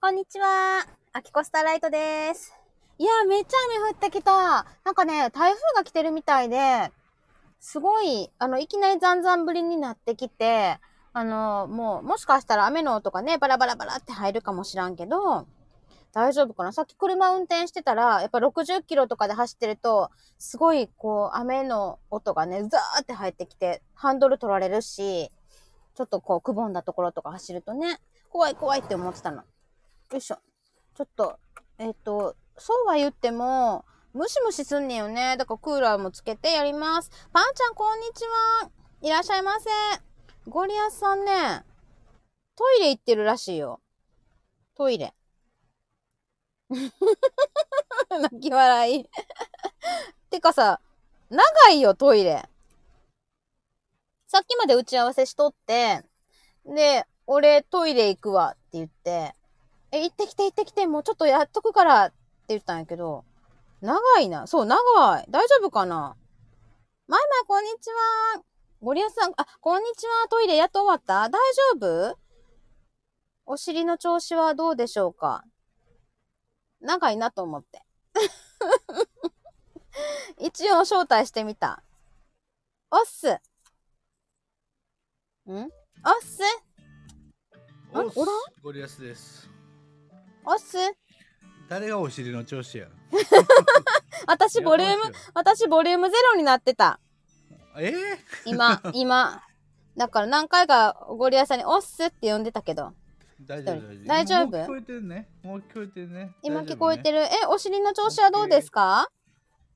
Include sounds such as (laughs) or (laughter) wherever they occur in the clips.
こんにちは。アキコスターライトです。いやー、めっちゃ雨降ってきた。なんかね、台風が来てるみたいで、すごい、あの、いきなりざんざん降りになってきて、あの、もう、もしかしたら雨の音がね、バラバラバラって入るかもしらんけど、大丈夫かなさっき車運転してたら、やっぱ60キロとかで走ってると、すごい、こう、雨の音がね、うざーって入ってきて、ハンドル取られるし、ちょっとこう、くぼんだところとか走るとね、怖い怖いって思ってたの。よいしょ。ちょっと、えっ、と、そうは言っても、ムシムシすんねんよね。だからクーラーもつけてやります。パンちゃん、こんにちは。いらっしゃいませ。ゴリアスさんね、トイレ行ってるらしいよ。トイレ。 (laughs) 泣き笑い。てかさ、長いよ、トイレ。さっきまで打ち合わせしとって、で、俺トイレ行くわって言って、え、行ってきて行ってきて、もうちょっとやっとくからって言ったんやけど、長いな。そう、長い。大丈夫かなマイマイ、こんにちは。ゴリアスさん、あ、こんにちは。トイレやっと終わった大丈夫お尻の調子はどうでしょうか長いなと思って。 (laughs) 一応招待してみた。おっす。んおっすあおっすおらんゴリアスです。おっす誰がお尻の調子や。私ボリューム、。私ボリュームゼロになってた。えー、今、 (laughs) 今。だから何回かゴリラさんにおっすって呼んでたけど、大丈夫大丈夫もう聞こえてるね。もう聞こえてるね。今大丈夫ね聞こえてる。え、お尻の調子はどうですか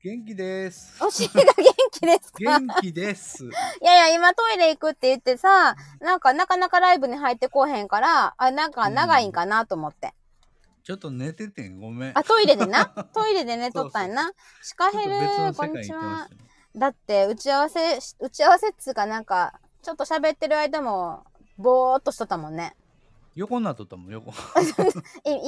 元気です。お尻が元気ですか元気です。いやいや、今トイレ行くって言ってさ、なんかなかなかライブに入ってこうへんから、あ、なんか長いんかなと思って。ちょっと寝ててんごめん。あ、トイレで (laughs) な。トイレで寝とったんやな。シカヘルー、こんにちは。た、ね。だって打ち合わせし打ち合わせっつうかなんかちょっと喋ってる間もぼーっとしとったもんね横になっとったもん横。 (laughs) い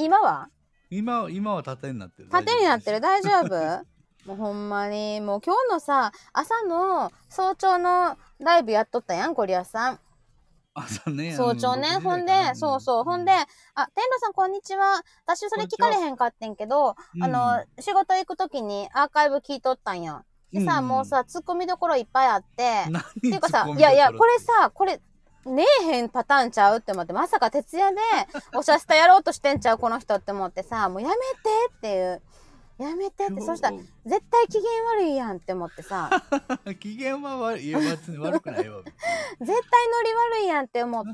今は今今は縦になってる。縦になってる大丈大丈夫 (laughs) もうほんまにもう今日のさ朝の早朝のライブやっとったやんゴリアスさん夫です。朝ね。早朝ね。ほんで、そうそう。ほんで、あ、天狼さんこんにちは。私それ聞かれへんかってんけど、うんあの、仕事行くときにアーカイブ聞いとったんや。でさ、うんもうさ、突っ込みどころいっぱいあって、何っていうかさ、いやいや、これさ、これ、ねえへんパターンちゃうって思って、まさか徹 (laughs) 夜で、おしゃスタやろうとしてんちゃう、この人って思ってさ、もうやめてっていう。やめてって、そしたら、ら絶対機嫌悪いやんって思って (laughs) さ、機嫌は悪いいや別に悪くな (laughs) いよ。絶対ノリ悪いやんって思っ (laughs) て、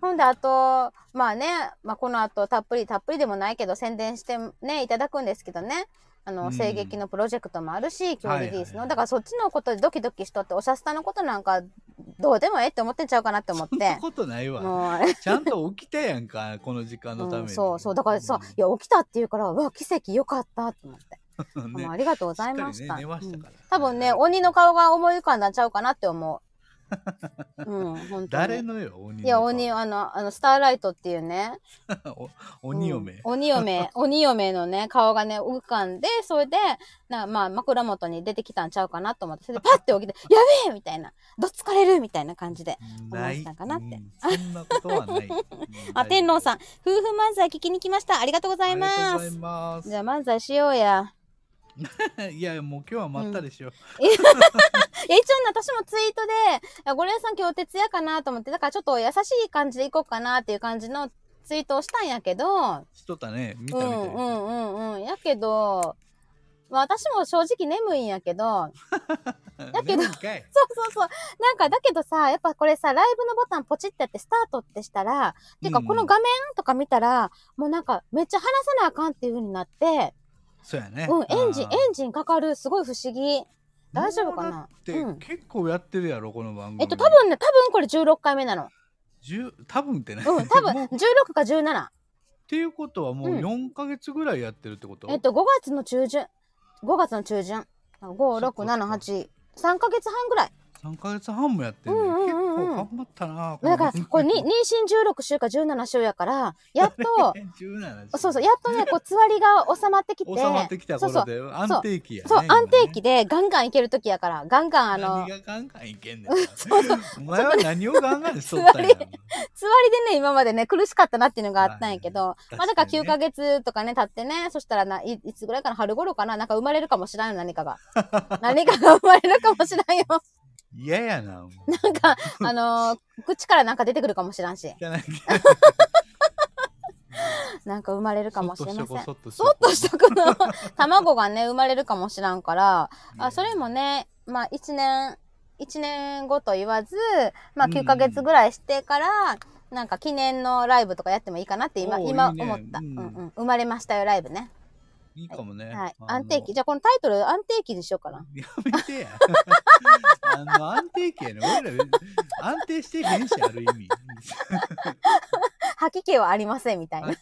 ほんで、あと、まあね、まあこの後たっぷりたっぷりでもないけど、宣伝してね、いただくんですけどね。あうの、ん声劇のプロジェクトもあるし、今日リリースはいはいはの。いだからそっちのことでドキドキしとって、おしゃスタのことなんかどうでもええって思ってんちゃうかなって思っそんなて。ことないわ。もう、ちゃんと起きたや (laughs) んか、この時間のために。うん、そうそうだからさ、うんいや起きたって言うからうわ奇跡よかったと思って、ねもうありがとうございまっしかたりね寝ましたから。うん多分ね鬼の顔が思い浮かんだんちゃうかなって (laughs) 思ううん本当に誰のよ、鬼いのや鬼あのあのスターライトっていうね (laughs) お鬼嫁。うん鬼 (laughs) 嫁鬼嫁のね顔がね浮かんでそれでなまあ枕元に出てきたんちゃうかなと思ってそれでパッて起きて「やべえ!」みたいな「どつかれる!」みたいな感じでない。思ったかなってうんそんなことは (laughs) ない。あ天狼ん、さん夫婦漫才聞きに来ましたありがとうござあいりがとうまございすます。じゃあ漫才しようや。 (laughs) いや、もう今日はまったでしょ。いや、一応ね、私もツイートでいや、ゴリラさん今日徹夜かなと思って、だからちょっと優しい感じでいこうかなっていう感じのツイートをしたんやけど、しとったね。見うたんう見た。んうんうん。やけど、まあ私も正直眠いんやけど、だけど眠いんかいそうそうそう。なんかだけどさ、やっぱこれさ、ライブのボタンポチってやってスタートってしたら、てかうんこの画面とか見たら、もうなんかめっちゃ話さなあかんっていう風になって、そうやね。うん、エンジン、エあーンジンかかる、すごい不思議。大丈夫かなうもうだっんて、結構やってるやろ、この番組。えっと、多。分ね、多分これ16回目なの。じゅ多分ってね。 (laughs) うん、多分もうっ16か17。ていうことはもううん4ヶ月ぐらいやってるってことえっと、5月の中旬。5月の中旬。5、6、7、8。3ヶ月半ぐらい。 3ヶ月半もやってんね、うんうんうんうん結構頑張ったなだから、こ (laughs) れに、妊に娠16週か17週やから、やっ (laughs) と、 17そうそう、やっとね、こう、つわりが収まってきて、収まってきたそ頃うで安定期や、ね、そう、今ね安定期でガンガンいける時やから、ガンガンあの何、がガンガンいけんねん (laughs) お前は何をガンガンしとったんやつわつわりでね、今までね、苦しかったなっていうのがあったんやけど、はいまあだから確か9にねヶ月とかね、経ってね、そしたらな、いいつぐらいかな、春頃かな、なんか生まれるかもしれんよ、何かが。 (laughs) 何かが生まれるかもしれんよ。嫌やなもうなんか、あのー口からなんか出てくるかもしれんし、じゃないけどなんか生まれるかもしれません。そっとしそとっとしとくの (laughs) 卵がね、生まれるかもしらんから、あそれもね、まあ一年、一年後と言わず、まあうん9ヶ月ぐらいしてから、なんか記念のライブとかやってもいいかなって今、おー今いいね思った、ううんんうん。生まれましたよライブね。いいかもね、はい。あの安定期。じゃあこのタイトル安定期にしようか (laughs) な。やめてや。あの安定期やね。俺ら安定してへんし、ある意 (laughs) 味。吐き気はありませんみたいなは。 (laughs)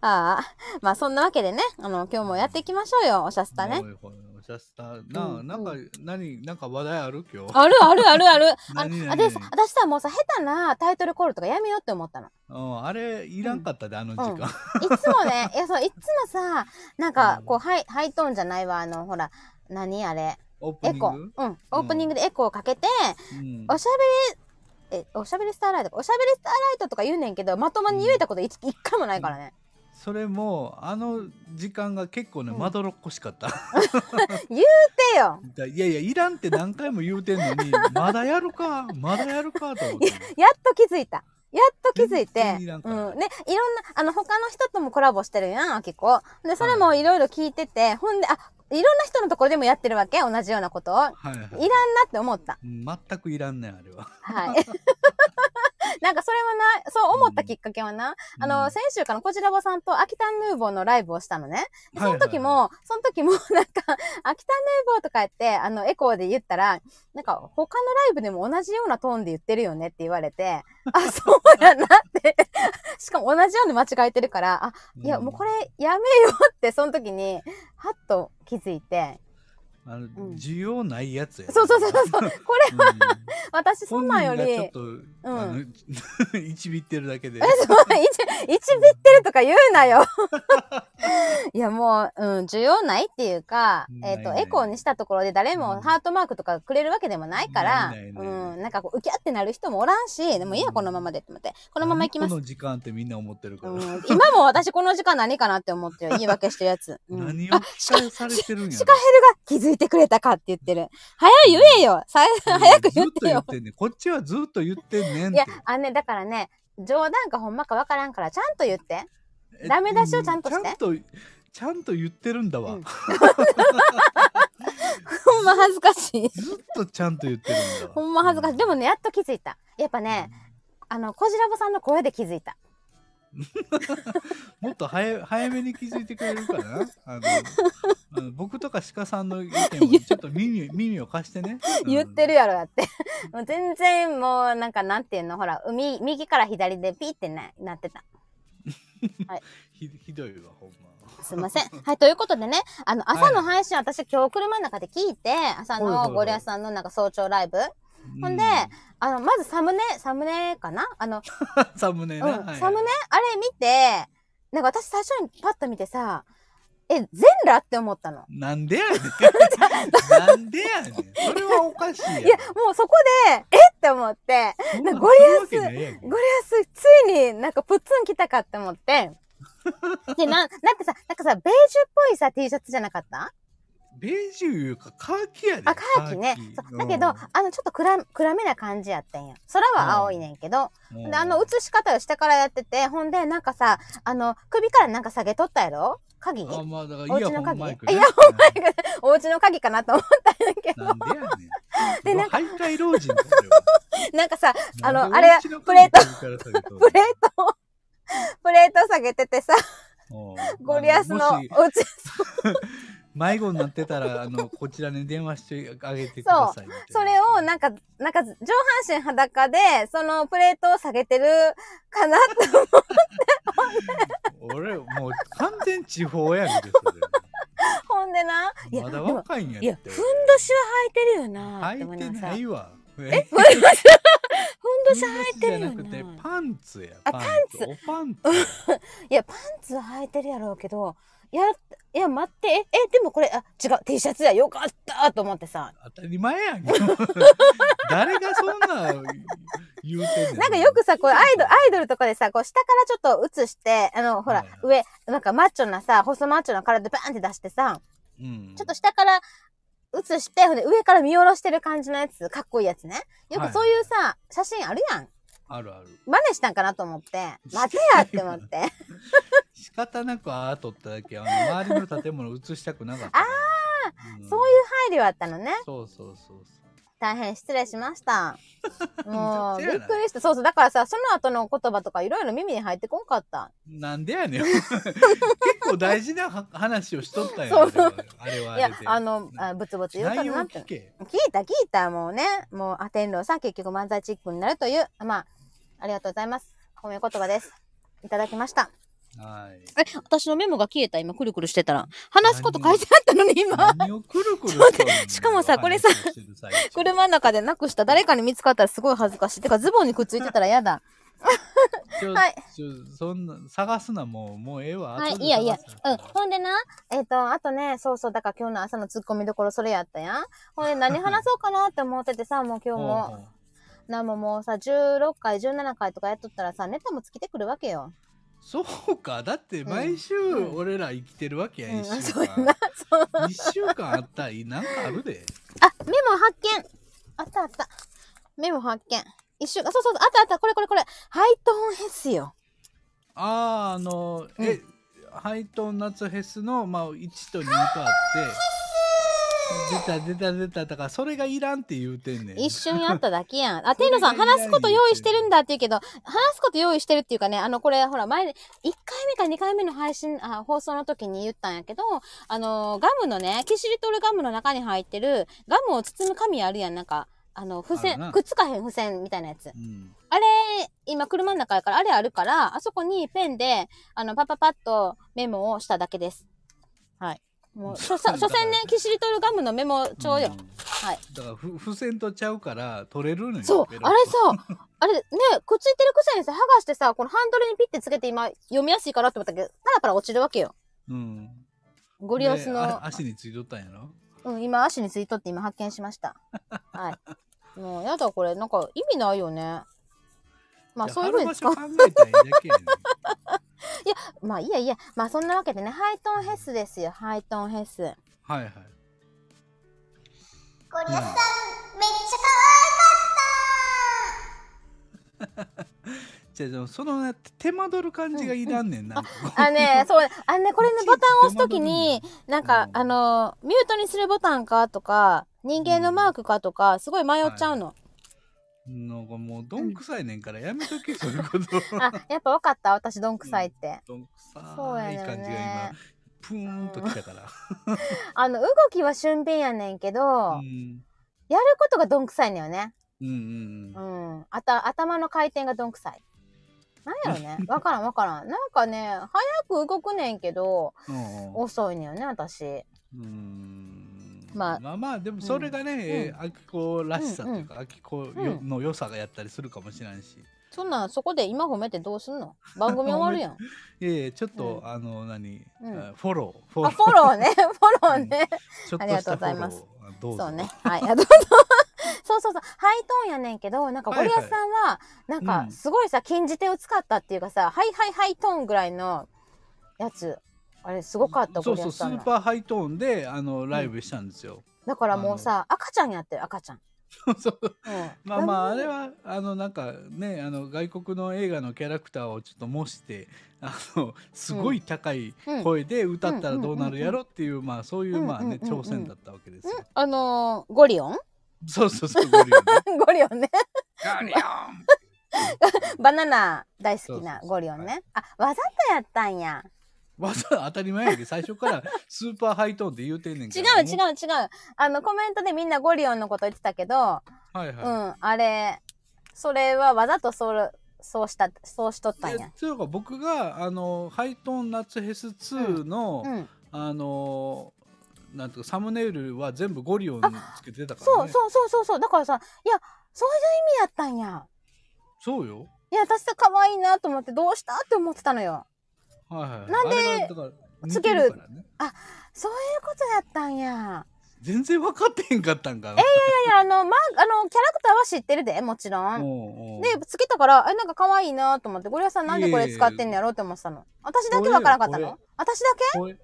ああ。まあそんなわけでね、あの、今日もやっていきましょうよ、おしゃスタね。おいおいおいシャスターな、うんなんか、何、なんか話題ある今日。あるあるあるある。あ何の、々あでさ私さ、もうさ、下手なタイトルコールとかやめようって思ったの。うん、あれ、いらんかったで、あの時間。いつもね、いや、そう、いつもさ、なんかう、んこう、ハイ、ハイトーンじゃないわ、あの、ほら、何あれ、 (laughs) オープエニンコグー。うん、オープニングでエコーをかけて、うんおしゃべり、え、おしゃべりスターライトか、おしゃべりスターライトとか言うねんけど、まともに言えたこと一一回もないからね。それも、あの時間が結構ね、うんまどろっこしかった。でよ、 (laughs) だいやいや、いらんって何回も言うてんのに、 (laughs) まだやるか、まだやるかと思って。やっと気づいた。やっと気づいて、全然いらんからうん。ね、いろんな、あの、他の人ともコラボしてるやん、あきこ。で、それもいろいろ聞いてて、ほんで、あ、いろんな人のところでもやってるわけ同じようなことを。いらんはいはいなって思った。全くいらんねん、あれは。 (laughs) はい。なんかそれはな、そう思ったきっかけはな、あうの、ん先週からこちらばさんと秋田ヌーボーのライブをしたのね。でそはのいはいはい時も、その時も (laughs) なんか、秋田ヌーボーとか言って、あの、エコーで言ったら、なんか他のライブでも同じようなトーンで言ってるよねって言われて、あ、 (laughs) そうやなって。 (laughs) しかも同じように間違えてるから、あ、いや、うんもうこれやめようって、その時に、はっと気づいて、あの、需要ないやつや。そうそうそうそう、これうん私そんなんより、本人がちょっと、あ (laughs) の一ビってるだけでえ、そう、一、一ビってるとか言うな (laughs) よ。いや、もう、うん、需要ないっていうか、なえいっ、ねと、エコーにしたところで誰うもんハートマークとかくれるわけでもないから、ないねなういねん、なんかこう、ウキャってなる人もおらんし、でもいいや、うんこのままでって思って。このまま行きます何こ。の時間ってみんな思ってるから、うん、今も私この時間何かなって思 (laughs) ってる。言い訳してるやつ。うん、何をあ聞、かされてるんやシカヘルが気づいてくれたかって言ってる。早い言えよさろ早く言っずっとて言よっ。てんねんこっちはずっと言ってんねんいってや、あのね、だからね、冗談かほんまかわからんから、ちゃんと言 (laughs) って。えダメ出しをちゃんとしてちゃんとちゃんと言ってるんだわ、うんほんま恥ずかしい。ずっとちゃんと言ってるんだわほんま恥ずかしい。でもね、やっと気づいた。やっぱね、あの、こじらぼさんの声で気づいた。もっと早早めに気づいてくれるか (laughs) なあのあの僕とか鹿さんの意見をちょっと (laughs) 耳耳を貸してね、うん言ってるやろ、だって。 (laughs) もう全然もう、なんか、なんていうの、ほら、右、右から左でピーってな、なってた。ひひどいわほんま。すいま (laughs) せん。はい、ということでね、あの、朝のはい配信、私今日車の中で聞いて、朝はいはいのはいゴリアスさんのなんか早朝ライブ。ほんで、あの、まずサムネ、サムネかなあの、 (laughs) サムネね、うんはいサムネあれ見て、なんか私最初にパッと見てさ、え、全裸って思ったの。なんで (laughs) やねんなんでやねんそれはおかしいやんいや、もうそこで、えって思って、そんななんかんかゴリアスするわけないやんゴリアス、ついになんかプッツン来たかって思 (laughs) って。で、なん、だってさ、なんかさ、ベージュっぽいさ、T シャツじゃなかったベージュいうかカーキやであ、カーキね。そうだけど、あの、ちょっと暗、暗めな感じやったんや。空は青いねんけど。うんで、あの、映し方を下からやってて、ほんで、なんかさ、あの、首からなんか下げとったやろ鍵あまあだからおイヤ家のホン鍵マイク、イね、ヤホンマイクお家の鍵かなと思ったんやけど、なんでやね (laughs) んででななんんか徘徊老人なんかさ、あの、あなんれでや、うちのプレート、ートプレートを、プレート下げててさ、ーゴリアスのお家、迷子になってたらあのこちらに電話してあげてくださいみたいなそれをなんか、なんか上半身裸で、そのプレートを下げてるかなって思う俺もう完全地方やんけほんでな。いそれや、までだも、若いんやっていや、ふんどしは履いてるよなって履思いいてながならいわえ、えふんどし、ふんどし履いてるよふんどしじゃなくてな。パンツやあおパンツいや、パンツは履いてるやろうけど、いや、いや、待って、え、え、でもこれ、あ、違う、T シャツや、よかったと思ってさ。当たり前やん (laughs) 誰がそんな言うてんねんなんかよくさ、こう、アイドル、アイドルとかでさ、こう、下からちょっと映して、あの、ほら、はいはい上、なんかマッチョなさ、細マッチョな体でバーンって出してさ、うんちょっと下から映して、ほんで上から見下ろしてる感じのやつ、かっこいいやつね。よくそういうさ、写真あるやん。あるある真似したんかなと思って、 (laughs) 待てやって思って。仕方なくああ撮っただけあの周りの建物映したくなかったあそういう配慮あったのね。そうそうそうそ大変失礼しま (laughs) した。もう、びめちゃくちゃっくやなりした。そうそう。だからさ、その後の言葉とかいろいろ耳に入ってこんかった。うなんで (laughs) やねん結構大事なは話をしとったんやそうそうあれはいあれやで、あの、あぶつぶつ言うか内容なって聞。け聞いた聞いた、もうね。もう、アテンロウさん結局漫才チックになるという、まあ、ありがとうございます。褒め言葉です。いただきました。はいえ、私のメモが消えた、今、くるくるしてたら。話話すすこことと書書いいててあったのに、今。何をくるく (laughs) るしとんのしかもさこれさ話をしてる最中車の中でなくした誰かに見つかったらすごい恥ずかしい。てか、ズボンにくっついてたらやだ。ちょはいちょそんな探すなもうもうええわはい、後でいいやいいや。探すうん。ほんでな、えっ、と、あとね、そうそう、だから今日の朝のツッコミどころそれやったやん。ほんで何話そうかなって思っててさ、もう今日ほうも。ほうなんももうさ、16回、17回とかやっとったらさ、ネタも尽きてくるわけよ。そうかだって毎週うん俺ら生きてるわけや、うん、一週そうや間な。 (laughs) そう。 (laughs) 一週間あったらいいなんかあるであ、メモ発見あったあった。メモ発見。一週間、そうそうそう、あったあった、これこれこれ。ハイトーンヘスよ。あああのえ、ハイトーン夏フェスの、まあ、1と2とあって出た出た出ただからそれがいらんって言うてんねん一瞬やっただけやん。あ、それテイノがさん、意外に話すこと用意してるんだって言うけど、話すこと用意してるっていうかね、あの、これ、ほら、前で、1回目か2回目の配信、あ、放送の時に言ったんやけど、あの、ガムのね、キシリトールガムの中に入ってる、ガムを包む紙あるやん、なんか、あの、付あるな箋、くっつかへん付箋みたいなやつ。うん、あれ、今車の中やから、あれあるから、あそこにペンで、あの、パパパッとメモをしただけです。はい。もう、所詮所詮ね、キシリトールガムのメモ帳よ。うんはい。だからふ付箋とちゃうから取れるのよそうペロッ、とあれさ、あれね、くっついてるくせにさ、剥がしてさ、このハンドルにピッてつけて今、読みやすいかなって思ったけど、パラパラ落ちるわけよ。うんゴリ押しでのあ、足についとったんやろうん、今足についとって今発見しました。はい。もう、やだ、これ、なんか意味ないよね。まあ、そういうふうに使う貼る場所考えたらいいだけやねまあいいやいいや、まあそんなわけでね、ハイトーンヘスですよ、ハイトーンヘス。んはいはいゴリアスさん、めっちゃ (laughs) じゃあでもそのね手間取る感じがいらんねんな、あのね、そう、あのね、これね、ボタンを押すときに、なんかう、んあの、ミュートにするボタンかとか、人間のマークかとか、すごい迷っちゃうの。なんかもうどんくさいねんからやめとけそういうことあ、やっぱ分かった、私、どんくさいって。どんくさそうやいねんね感じが今プーンときたから、あの、動きは俊敏やねんけど、うん、うんやることがどんくさいのよね。うんううんん。あた、頭の回転がどんくさい。なんやろね。わからんわからん。なんかね、早く動くねんけど、うん遅いのよね、私。うんまあまあまあでもそれがね、えー、秋子らしさというか、秋子よの良さがやったりするかもしれんし、そんなん、そこで今褒めてどうすんの番組終わるやん。いやいやちょっと、うあの何、うんあフォローフォロあ、ーフォローね。フォローね。ちょっとありがしとうたございますフォローあどうぞそうね。はい。あどうぞ。 (laughs) そうそうそう。ハイトーンやねんけど、なんかゴリアスさんは、なんうかんすごいさ、禁じ手を使ったっていうかさ、ハイハイハイトーンぐらいのやつ。あれ、すごかった、そゴうリアそうススさんーの。パーハイトーンであのライブしたんですよ。だからもうさ、赤ちゃんやってる、赤ちゃん。そううんまあまああれは。はあのなんかねあの外国の映画のキャラクターをちょっと模してあのすごい高いうん声で歌ったらどうなるやろっていうまあそういうまあねうんうんうんうん挑戦だったわけですよ。あのー、ゴリオン (laughs) そうそうそうゴリオンね。ゴリオンね。ガリオンバナナ大好きそうそうなそうゴリオンね。あ、わざとやったんや。 (laughs) わざ当たり前やで最初からスーパーハイトーンって言うてんねん違けうど違う違う。あの、コメントでみんなゴリオンのこと言ってたけど、はいはい。うん、あれ、それはわざとそう、そうした、そうしとったんでや。というか僕があのハイトーン夏フェス2の、うん。あのーなんとかサムネイルは全部ゴリオンつけてたから、そね、うそうそうそうそう。だからさ、いや、そういう意味やったんや。そうよいや、私さ、可愛いなと思って、どうしたって思ってたのよ。はいはいはいなんであれがだからつける似てからねそういうことやったんや。全然分かってへんかったんかなやや、あの、ま、あの、キャラクターは知ってるで、もちろん。おうおうで、つけたから、え、なんか可愛いなと思って、ゴリラさんなんでこれ使ってんのやろうって思ってたの。私だけわからんかったこれの私だけこれ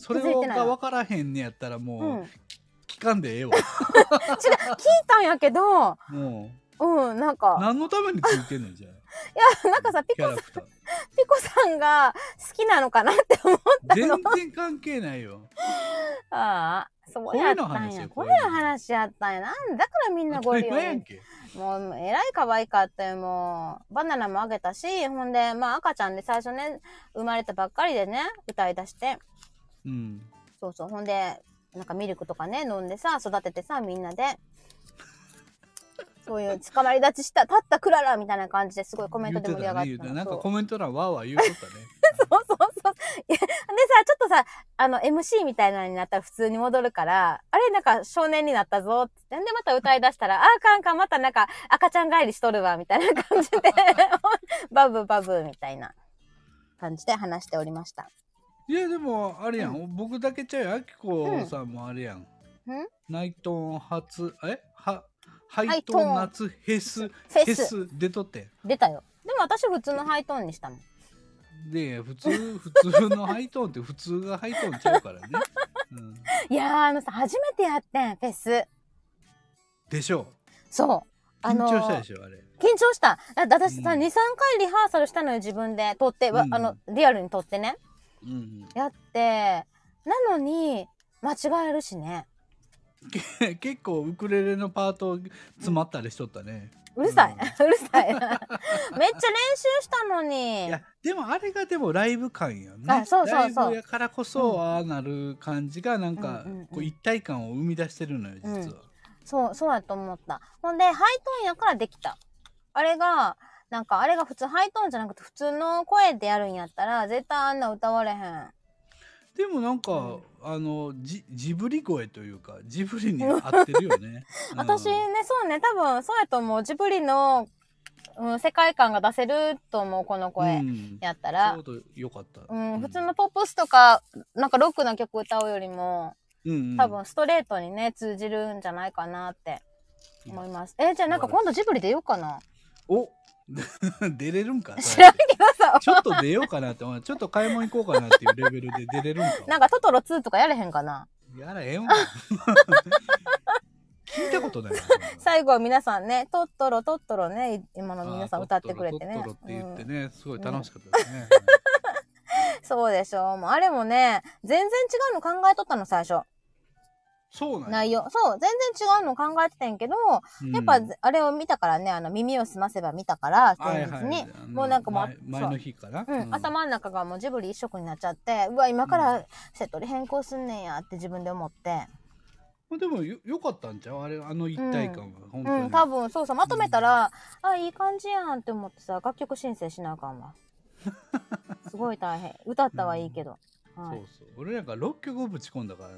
それ気づいてないがわ分からへんねやったらもう、うん。違う、聞かんでええわ聞いたんやけど、もうん、なんうか、何のためについてんのじゃあいや、なんかさ、ピキコさん、ャラクターピコさんが好きなのかなって思っ (laughs) 全然関係ないよた。ああ、そうやったんや。こう声いの話やう話やったんや。なんだからみんな当ゴたリりラ前やんけもう、えらい可愛かったよ、もう。バナナもあげたし、ほんで、まあ赤ちゃんで最初ね、生まれたばっかりでね、歌い出して。うんそうそう。ほんで、なんかミルクとかね、飲んでさ、育ててさ、みんなで。そういう、捕まり立ちした、立ったクララみたいな感じですごいコメントで盛り上がって言うたてたね言うてのたなんかそうコメント欄わーわー言う (laughs) とったねそうそうそう。いやでさ、ちょっとさ、あの、MC みたいなのになったら普通に戻るから、あれ、なんか少年になったぞって。なんでまた歌い出したら、あーかんかん、またなんか赤ちゃん帰りしとるわ、みたいな感じで、 (laughs) バブバブみたいな感じで話しておりました。いやでもあれやん、僕だけちゃうよあきこさんもあれやん、うんナイトン初えはハハイイトトーンン夏ヘスフヘェス、ス出とってん出たよ。でも私普通のハイトーンにしたもん。で普通普通のハイトーンって普通がハイトーンちゃうからね、うん、いやー、あのさ、初めてやってん、フェス。でしょそう。うあ緊の張ーしたでしょあれ緊張した。だだ私さ、うん2、3回リハーサルしたのよ、自分で。撮って、わうんあの、リアルに撮ってね。うんうんやって、なのに、間違えるしね。け (laughs) 結構ウクレレのパート詰まったりしとったね、うるさい。 (laughs) うるさい。めっちゃ練習したのにい。やでもあれがでもライブ感やねあそうそうそうライブやからこそ、うんああなる感じがなんか、うんうんうんこう一体感を生み出してるのよ実は、うんそう、そうやと思った。ほんで、ハイトーンやからできた。あれが、なんかあれが普通、ハイトーンじゃなくて普通の声でやるんやったら、絶対あんな歌われへん。でもなんか、うんあのジジブリ声というかジブリに合ってるよね、うん (laughs) 私ね、そうね、多分、そうやと思う。ジブリの、うん、世界観が出せると思う、このう声。んやったちらょう。どよかった、うん、普通のポップスとか、なんかロックな曲歌うよりも、うんうん多分ストレートにね、通じるんじゃないかなって思います。え、じゃあなんか素晴らし今度ジブリ出ようかな。お (laughs) 出れるんか知らんけどさ、ちょっと出ようかなって思うちょっと買い物行こうかなっていうレベルで出れるんかなんかトトロ2とかやれへんかな。やらへんわ (laughs) 聞いたことないわ最後は皆さんね、トトロトトロね、今の皆さん歌ってくれてトねットロ。って言ってね、すごいうん楽しかったですね、うんそうでしょう。もうあれもね、全然違うの考えとったの最初。そうなんや内容。そう、全然違うの考えてたんやけど、うんやっぱあれを見たからね、あの耳を澄ませば見たから、は前いはい日に。あのもうなんかもう前そう前の日かな、うん、頭の中がもうジブリ一色になっちゃってうわ今からセットで変更すんねんやって自分で思ってまあでもよよかったんちゃうあれあの一体感は、本当に、うん多分そうそうまとめたら、あいい感じやんって思ってさ楽曲申請しなあかん (laughs) わすごい大変歌ったはいいけど、はそういそう俺なんか6曲ぶち込んだからね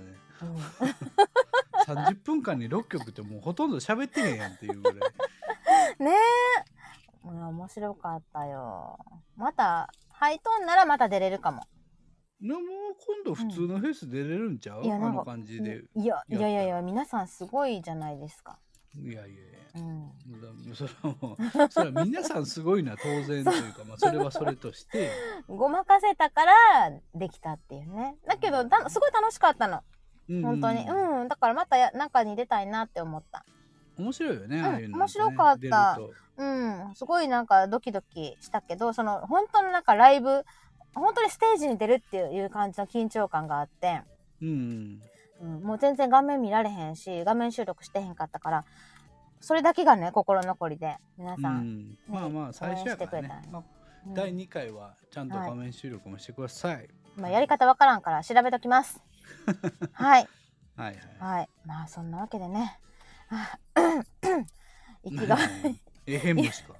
うん30分間に6曲ってもうほとんど喋ってへんやんっていう (laughs) ぐらいねえいや面白かったよまたハイトーンならまた出れるかもでも今度普通のフェス出れるんちゃう、うんいやあなんかの感じでいやいやいやいや皆さんすごいじゃないですか、いやいやいやうん、だそれはもうそれは皆さんすごいな当然というか、まあ、それはそれと (laughs) してごまかせたからできたっていうねだけどたすごい楽しかったの本当にうん、だからまたや中に出たいなって思った面白いよね、ああいうの、ね、面白かった出るとうんすごいなんかドキドキしたけどその本当のなんかライブ本当にステージに出るっていう感じの緊張感があって、うんうんうん、もう全然画面見られへんし画面収録してへんかったからそれだけがね心残りで皆うさん、ん、まあまあ最初やから応援してくれたねらねまあ、うん第2回はちゃんと画面収録もしてください、はい、まあ、やり方わからんから調べときます (laughs) はいはいはいまあそんなわけでねあ (coughs) 息が (laughs) えへんむ (laughs) しか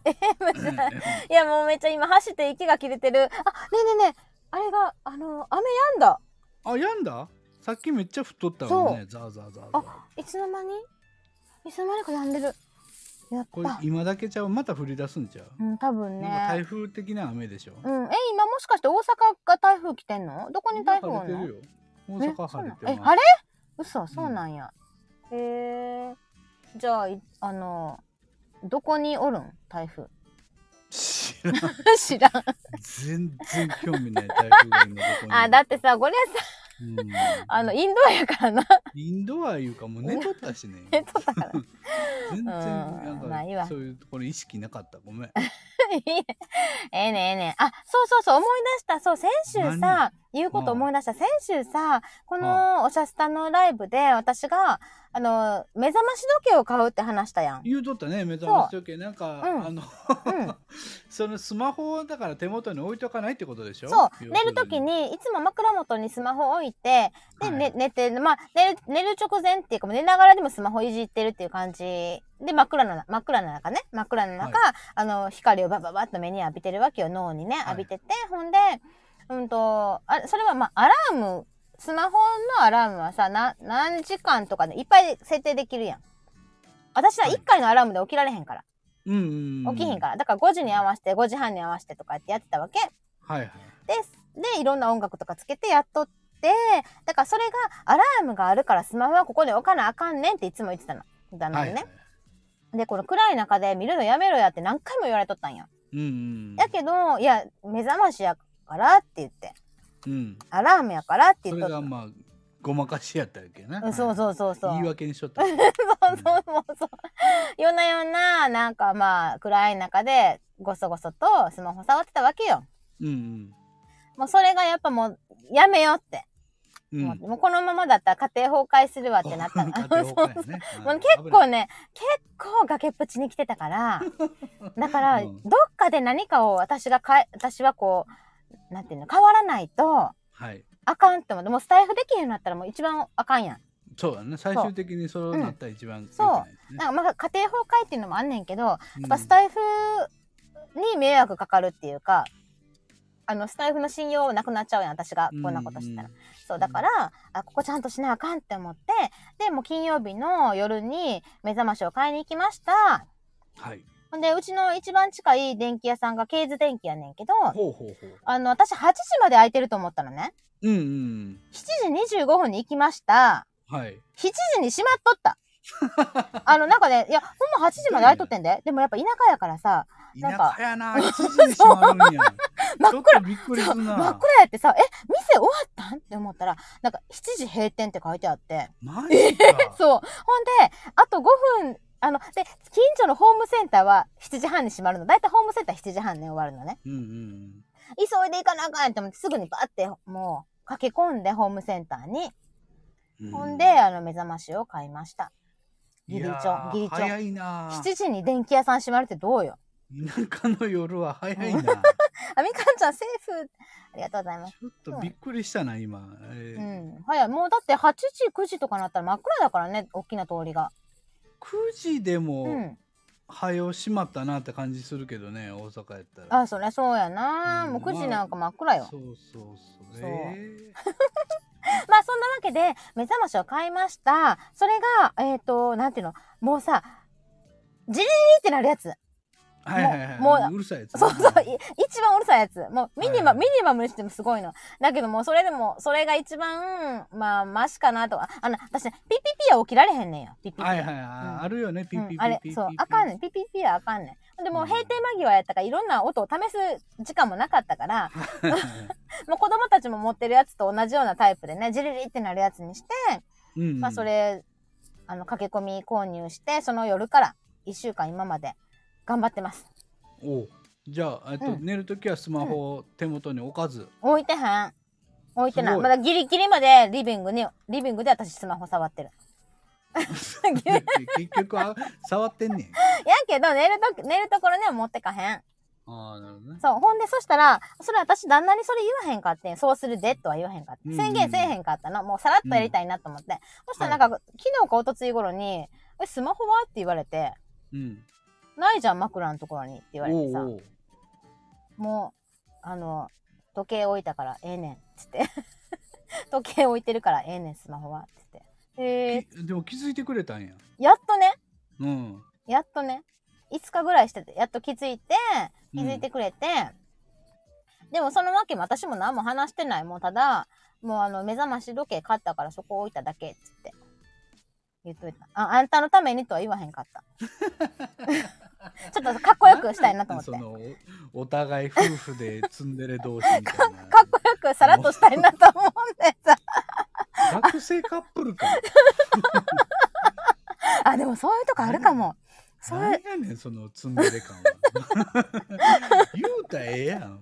いやもうめっちゃ今走って息が切れてる。あ、ねえねえねえ。あれが、あの、雨止んだ。 (laughs) あやんださっきめっちゃ太ったわね。ザーザーザーザー。いつの間にいつの間にかやんでる。やっこれた。今だけちゃう。また降り出すんちゃう。うん、多分なんか台ね。風的な雨でしょ。うん、え、今もしかして大阪が台風来てんのどこに台風あ晴んれてのるよ。大えそ阪う晴なれんてえ、ます晴れ嘘、そうなんや。へえじゃあ、いあの、どこにおるん台風。 (laughs) 知らん。知らん。全然興味ない台風が今どこ (laughs) に。あ、だってさ、これさ、うんあの、インドアやからな。 (laughs) インドアいうかもう寝とったしね。えっとだから。全然うんまあいいなわんかそういうところ意識なかった。ご (laughs) めん。いいねええねんええねんあ、そうそうそう、思い出した。そう、先週さ、言うこと思い出した。先週さ、このおしゃスタのライブで、私が、あの、目覚まし時計を買うって話したやん。言うとったね目覚まし時計なんか、うんあの、うん (laughs) そのスマホをだから手元に置いとかないってことでしょそう、要寝すにるときに、いつも枕元にスマホ置いて、で、はいね、寝て、まあ、寝る、寝る直前っていうか、寝ながらでもスマホいじってるっていう感じ。で、真っ暗な、真っ暗な中ね、真っ暗な中、あの、光をバババッと目に浴びてるわけよ、脳にね、い浴びてて、ほんで、うんと、あそれはまあ、アラーム、スマホのアラームはさ、な、何時間とかね、いっぱい設定できるやん。私ははい1回のアラームで起きられへんから。うんうんうん起きへんから。だから5時に合わせて、5時半に合わせてとかやってやってたわけ。はいはいで、で、いろんな音楽とかつけてやっとって、だからそれがアラームがあるからスマホはここに置かなあかんねんっていつも言ってたの。だのはね、いはいで、この暗い中で見るのやめろやって何回も言われとったんや。うんうんやけど、いや、目覚ましやからって言って、うんアラームやからって言そっとれったが。まあごまかしやったわけな、うんそううそうそうそう。言い訳にしとっ (laughs) たそうそうそうそう。夜な夜な、なんかまあ、暗い中で、ごそごそとスマホ触ってたわけよ。うんもうそれがやっぱもう、やめようって。うんう思っんてもうこのままだったら家庭崩壊するわってなった (laughs) の。家庭崩壊ね (laughs) もはうい結構ね、結構崖っぷちに来てた (laughs) から、だから、うどんっかで何かを私がかえ、私はこう、なんていうの、変わらないと、はいあかんって思って、もうスタイフできへんようになったらもう一番あかんやん。そうだね最終的にそうなったら一番良くないですねなんかまあ家庭崩壊っていうのもあんねんけど、やっうんぱスタイフに迷惑かかるっていうか、あの、スタイフの信用なくなっちゃうやん、私がこんなことしてたら。そう、だから、あ、ここちゃんとしなあかんって思って、で、もう金曜日の夜に目覚ましを買いに行きました。うんはいほんで、うちの一番近い電気屋さんがケーズ電気やねんけど、ほうほうほうあの、私8時まで開いてると思ったのね。うんうん7時25分に行きました。はい7時に閉まっとった。あの、なんかね、いや、ほんま8時まで開いとってんで。でもやっぱ田舎やからさ、なんか田舎やな一時にしまうん (laughs) や真っちょっ暗とびっくりそすうる真っな暗やってさ、え、店終わったんって思ったら、なんか7時閉店って書いてあって。マジか (laughs) そう。ほんで、あと5分、あの、で、近所のホームセンターは7時半に閉まるの。だいたいホームセンター7時半に終わるのね。うんうん急いで行かなあかんと思って、すぐにバッて、もう、駆け込んで、ホームセンターに。うんほんで、あの、目覚ましを買いました。ギリチョン、ギリチョ早ン。いなぁ7時に電気屋さん閉まるってどうよ。 (laughs) 田舎の夜は早いなちあ、みかんちゃん、セーフ。ありがとうございます。ょっとびっくりしたな今、えうーん。早い。もうだって8時、9時とかなったら真っ暗だからね、大きな通りが。 9時でうもん。早う閉まったなって感じするけどね大阪やったらあ、そりゃそうやな。うんもう9時なんか真っ暗よ。そうそうそうそうえまあそんなわけで目覚ましを買いました。それが、えっ、と、なんていうの、もうさ、ジリリリってなるやつ。ーはいはいはいもううるさいやつそうそう、い一番うるさいやつ。もうミニマ、はいミニマムにしてもすごいの。だけどもうそれでも、それが一番、まあマシかなとか。あの、私ね、ピッピッピは起きられへんねんよ。ピッピッピ。はいはいはい、んあるよねピうッピん、ッあれピッピッピッそうピッあかんねんピッピッピはあかんねんでもう閉店間際やったからいろんな音を試す時間もなかった (laughs) からもう子供たちも持ってるやつと同じようなタイプでねジリリってなるやつにしてうんうんまあそれ、あの、駆け込み購入して、その夜から1週間今まで頑張ってます。おうじゃあ、えっとうん寝るときはスマホを手元に置か (laughs) ず、置いてへん。置いてない。すごいまだギリギリまでリビングに、リビングで私スマホ触ってる。や結局あ触ってん (laughs) ねんけど、寝ると、寝るところには持ってかへん。ああなるほどねそう。ほんで、そしたら、それ私旦那にそれ言わへんかってんそうするでとは言わへんかってん。うん宣言せえへんかったの。もうさらっとやりたいなと思って。そしたらなんか、昨日か一昨日頃に、え、スマホはって言われて、うんないじゃん、枕のところにって言われおてうさ。おうもう、あの、時計置いたからええねん、つって。 (laughs) 時計置いてるからええねん、スマホは。つって。へえ。きでも気づいてくれたんや。やっとね、うん。やっとね、5日ぐらいしてて、やっと気づいて、気づいてくれて、でもそのわけも私も何も話してない。もうただ、もうあの、目覚まし時計買ったからそこ置いただけ、っつって。言っといた。あ、あんたのためにとは言わへんか (laughs) った。ちょっとかっこよくしたいなと思って。そかっのおお互い夫婦でツンデレ同士みた (laughs) いな。こよくさらっとしたいなと思うんでさ。学生カップルか。あ、でもそういうとこあるかも。 (laughs) そういう何やねんそのツンデレ感は。 (laughs) 言うたらええやん。も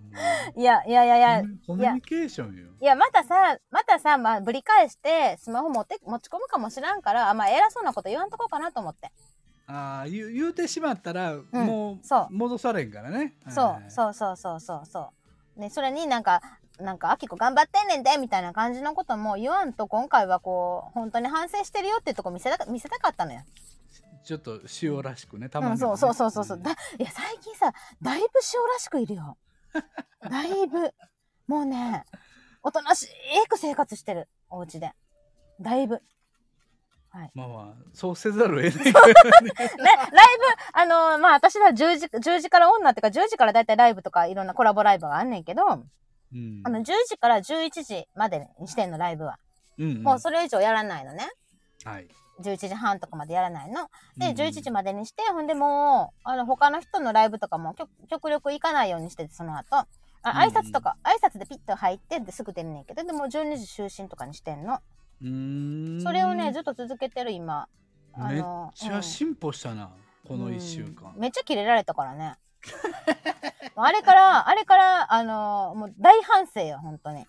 いや、いやいやいうや、コミュニケーションよ。いや、またさ、またさ、まあ、ぶり返して、スマホ持って、持ち込むかもしらんから、あ、まあ、偉そうなこと言わんとこうかなと思って。ああ言う言うてしまったら、もそうう戻されんからね。そう、う。そうそうそうそうそう。ね、それになんか、なんか、あきこ頑張ってんねんで、みたいな感じのことも言わんと、今回はこう、本当に反省してるよっていうとこ見せたか、見せたかったのよ。ちょっと塩らしくね、たうまん、にはそね、うそうそうそうそう。んだ、いや、最近さ、だいぶ塩らしくいる (laughs) よ。だいぶ。もうね、おとなしく生活してる、お家で。だいぶ。まあまあ、そうせざる (laughs) を得ない。ね、ライブ、あのまあ、私ら10時、10時から女っていうか、10時からだいたいライブとかいろんなコラボライブがあんねんけど、あうんの、10時から11時までにしてんの、ライブは。うんうんもうそれ以上やらないのね。はい。 11時半とかまでやらないの。で、うん11時までにして、ほんでもう、あの、他の人のライブとかも極極力行かないようにしてて、その後。あ挨拶とか、挨拶でピッと入って、ですぐ出んねんけど、でもう12時就寝とかにしてんの。うーんそれをね、ずっと続けてる今。あめっのちゃうん進歩したな、この1週間うん。めっちゃキレられたからね (laughs) もうあれからあれからあのーもう大反省よ本当に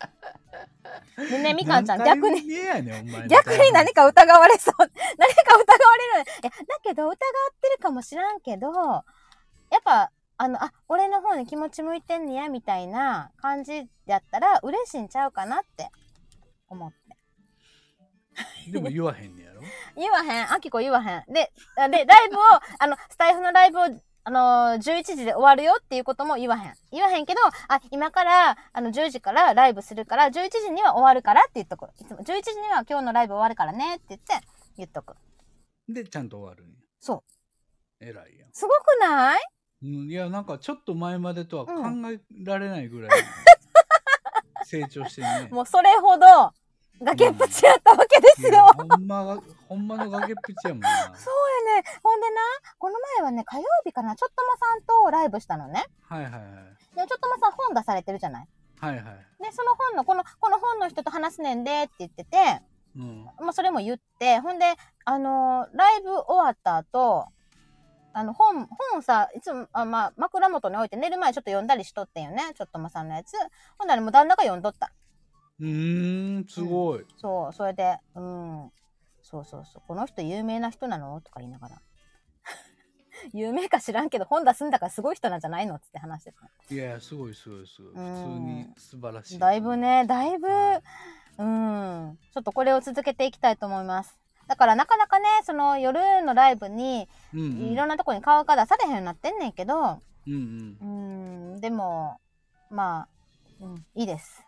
で (laughs) ねみかんちゃん逆に何回目やねんお前の (laughs) 逆に何か疑われそう (laughs) 何か疑われるいやだけど疑ってるかもしらんけどやっぱあのあ俺の方に気持ち向いてんねやみたいな感じやったら嬉しいんちゃうかなって思ってでも言わへんねやろ言わへん。あきこ言わへん。で、あで、ライブを、 (laughs) あの、スタイフのライブを、あのー、11時で終わるよっていうことも言わへん。言わへんけど、あ、今から、あの、10時からライブするから、11時には終わるからって言っとく。いつも、11時には今日のライブ終わるからねって言って、言っとく。でちゃんと終わるんやそう。えらいやんすごくないうんいやなんかちょっと前までとは考えられないぐらい成長してるね (laughs) もうそれほど、崖っぷちやったわけですいやよ。ほんまがほんまの崖っぷちやもんなそうやね。ほんでな、この前はね、火曜日かな、ちょっとまさんとライブしたのね。はいはいはいで、ちょっとまさん本出されてるじゃないはいはいで、その本の、この、この本の人と話すねんでって言ってて、うんまあ、それも言って、ほんで、あのーライブ終わった後、あの、本、本をさ、いつも、あまあ、枕元に置いて寝る前ちょっと読んだりしとってんよね。ちょっとまさんのやつ。ほんならもう旦那が読んどった。うーんすごい、そう、それで、うん。そうそうそう。この人有名な人なのとか言いながら。 (laughs) 有名か知らんけど、本出すんだからすごい人なんじゃないのつって話してた。いやいやすごいすごいすごい普うん通に素晴らしいだいぶね、だいぶ、うん、ちょっとこれを続けていきたいと思います。だからなかなかね、その夜のライブに、うんうんいろんなとこに顔が出されへんようになってんねんけど、うんうんうん、でも、まあ、うん、いい (laughs) です。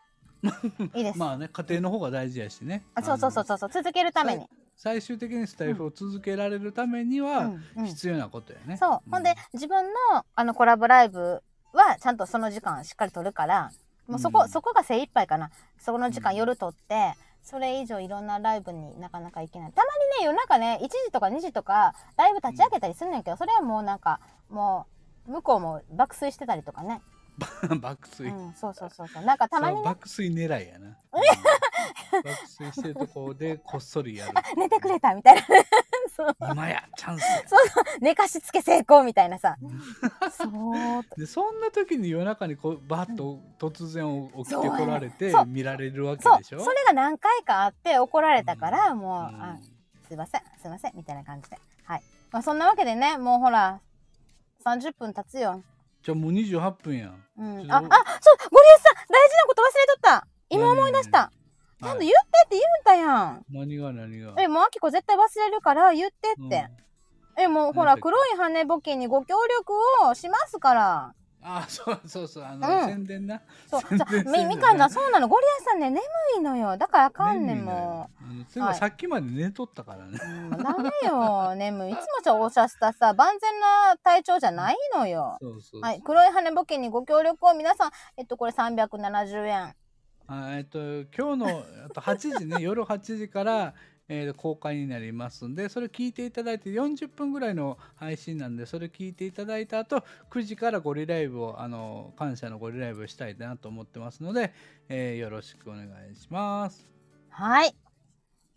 いいです。まあね家庭の方が大事やしねあ、そうそうそうあのそうそう、続けるために。最終的にスタイフを続けられるためにうはんうん必要なことやね、そう。ほんで、自分のあのコラボライブはちゃんとその時間しっかり取るから、もうそこ、うんそこが精一杯かな。そこの時間うん夜取って、それ以上いろんなライブになかなか行けない。たまにね、夜中ね、1時とか2時とかライブ立ち上げたりすんねんけど、それはもうなんか、もう、向こうも爆睡してたりとかね。 (laughs) 爆う睡、ん、そうそうそうそう。なんかたまにそれはね、爆睡狙い (laughs) やなうん爆睡してるとこでこっそりやる寝てくれたみたいな。 (laughs) そう。今やチャンス寝かしつけ成功みたいなさ。そう (laughs) ーっと。でそんな時に夜中にこうバッと突然起きてこられてそう見られるわけそう。でしそょれが何回かあって怒られたから、もう、うんあすいません、すいません、みたいな感じで。はい。まあそんなわけでね、もうほら、30分経つよ。じゃあもう28分やんうん。ちあ、あ、ょそう、ゴっリとエさん、大事なこと忘れとった。今思い出した。ちゃんとは言っいてって言うんだやん。何が何がえ、もうあきこ絶対忘れるから言ってって。え、もうほら、なんて言った黒い羽根募金にご協力をしますから。あそうそうそうあの、うん宣伝なそう、じ全然ゃあみ、全然みかんな、そうなの、ゴリアスさんね、眠いのよ。だからあかんねん、眠いのよもあのていうかはいさっきまで寝とったからねう。うんダメよ、眠い。いつもじゃおしゃしたさ、万全な体調じゃないのよ。そうそうそうはい、黒い羽ボケにご協力を皆さん、えっと、これ370円。あえっと今日のあと8時ね (laughs) 夜8時から、えー公開になりますんでそれ聞いていただいて40分ぐらいの配信なんでそれ聞いていただいた後9時からゴリライブをあの感謝のゴリライブをしたいなと思ってますので、えーよろしくお願いします。はい、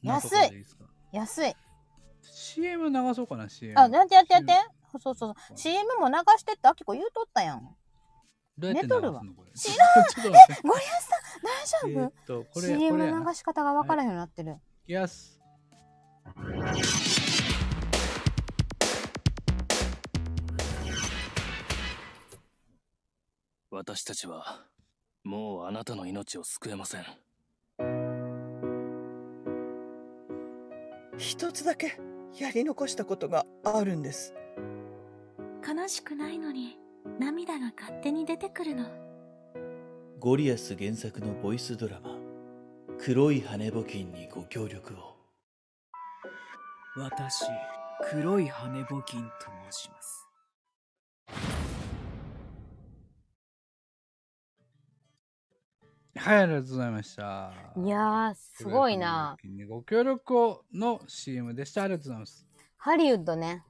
安いこんなとこでですか安い。 CM 流そうかな CM。あ、やってやってやって CM。そうそうそう。CM も流してって、あきこ言うとったやん。どうやって寝流とるすのわこれ。知らん (laughs) ちょっと待って。ゴリアスさん、大えー丈っとこ夫れ ?CM これや流な。し方がわからへんようになってる。 Yes。私たちはもうあなたの命を救えません一つだけやり残したことがあるんです悲しくないのに涙が勝手に出てくるのゴリアス原作のボイスドラマ「黒い羽根募金」にご協力を私、黒い羽募金と申します。はいありがとうございました。いやー、すごいな。。ご協力をの CM でした。ありがとうございます。ハリウッドね。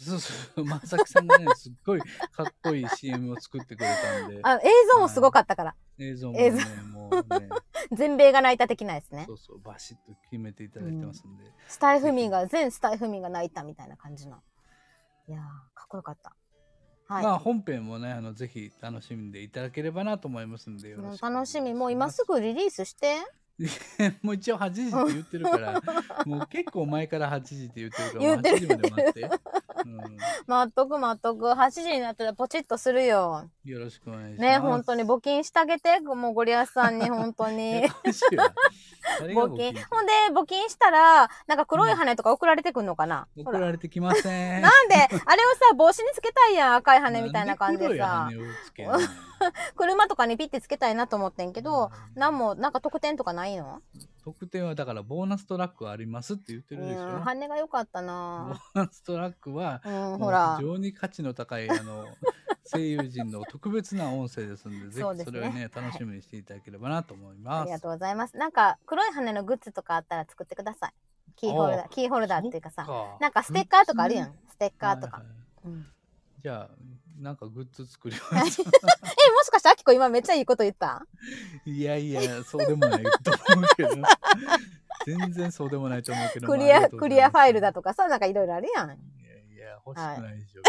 そうそう、まさきさんがね、すっごいかっこいい CM を作ってくれたんで、 (laughs) あ、映像もすごかったから。映像も映ね像、もうね、全米が泣いた的なですねそ。うそう、バシッと決めていただいてますんで、スタイフ民が、全スタイフ民が泣いたみたいな感じの。いやー、かっこよかった。 (laughs) はい。まあ本編もね、あのぜひ楽しんでいただければなと思いますんで、よろしくお願い楽ししみ。もう今すぐ。ぐリリースして。 (laughs) もう一応8時って言ってるから、もう結構前から8時って言ってるか言ら、ってる8時まで待って。うん待っとく待っとく。8時になったらポチッとするよ。よろしくお願いします。ね、本当に募金してあげて。もうゴリアスさんに本当やにや。こ (laughs) しいわ誰が募募金金。ほんで、募金したら、なんか黒い羽とか送られてくんのかな、ほ送らられてきません。なんで、あれをさ、帽子につけたいやん。赤い羽みたいな感じでさなん。黒い羽をつけんの車とかにピッてつけたいなと思ってんけど、なんも、なんか特典とかないの特典はだからボーナストラックはありますって言ってるでしうん、ょ。羽が良かったボーなナストラックは、うん、もほうら非。常に価値の高いあ (laughs) の声優陣の特別な音声ですので、ぜそうでひすそねれをね楽しみにしていただければなと思いあまりす。がとうございます。なんか、黒い羽のグッズとかあったら作ってください。キーホルダー、キーホルダーっていうかさ、なんかステッカーとかあるやん。ステッカーとか。はいはいう (laughs) んじゃあなんかグッズ作ります。え、もしかして、あきこ今めっちゃいいこと言った (laughs) いやいやそうでもないと思う (laughs) けど、全然そうでもないと思うけど。クリまあありア、がとうごクリざいますアファイルだとかさ、なんかいろいろあるやん。いやいや、欲しくないでしょ。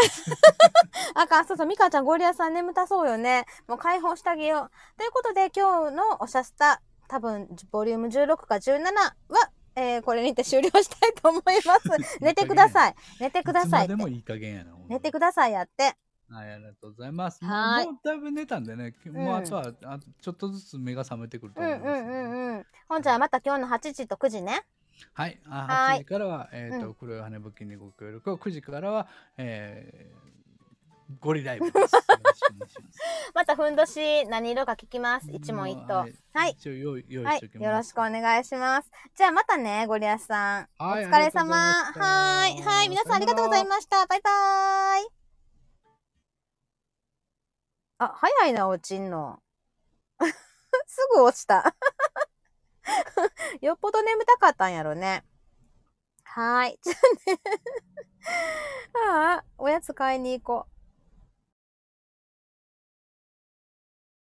あかん、そうそう、ミカちゃん、ゴリアスさん眠たそうよね。もう解放してあげよう。ということで、今日のおしゃスタ、多分、ボリューム16か17は、えー、これにて終了したいと思い (laughs) ます。寝てください。寝てくださいっつてまでもいい加減やな。ほんま寝てくださいやって。はい、ありがとうございます。もうはいもうだいぶ寝たんでね、きもうあとは、あちょっとずつ目が覚めてくるとうんう思いますんのうで。んうん。ほんじゃあまた今日の8時と9時ね。はい、はあい8時からは、えっ、と、う黒い羽募金にご協力を、9時からは、えー、ゴリラ (laughs) イブです。よろしくお願いしますまたふんどし何色か聞きます。一問一答。はい。一応用意、用意はしいておき。よろましす。くお願いします。じゃあまたね、ゴリアスさん。はおい疲れ様。あはりい。がとうございましたはい。皆さんありがとうございました。バイバーイ。あ、早いな、落ちんの。 (laughs) すぐ落ちた。 (laughs) よっぽど眠たかったんやろね。 (laughs) はーい。じゃあね。ああ、おやつ買いに行こう。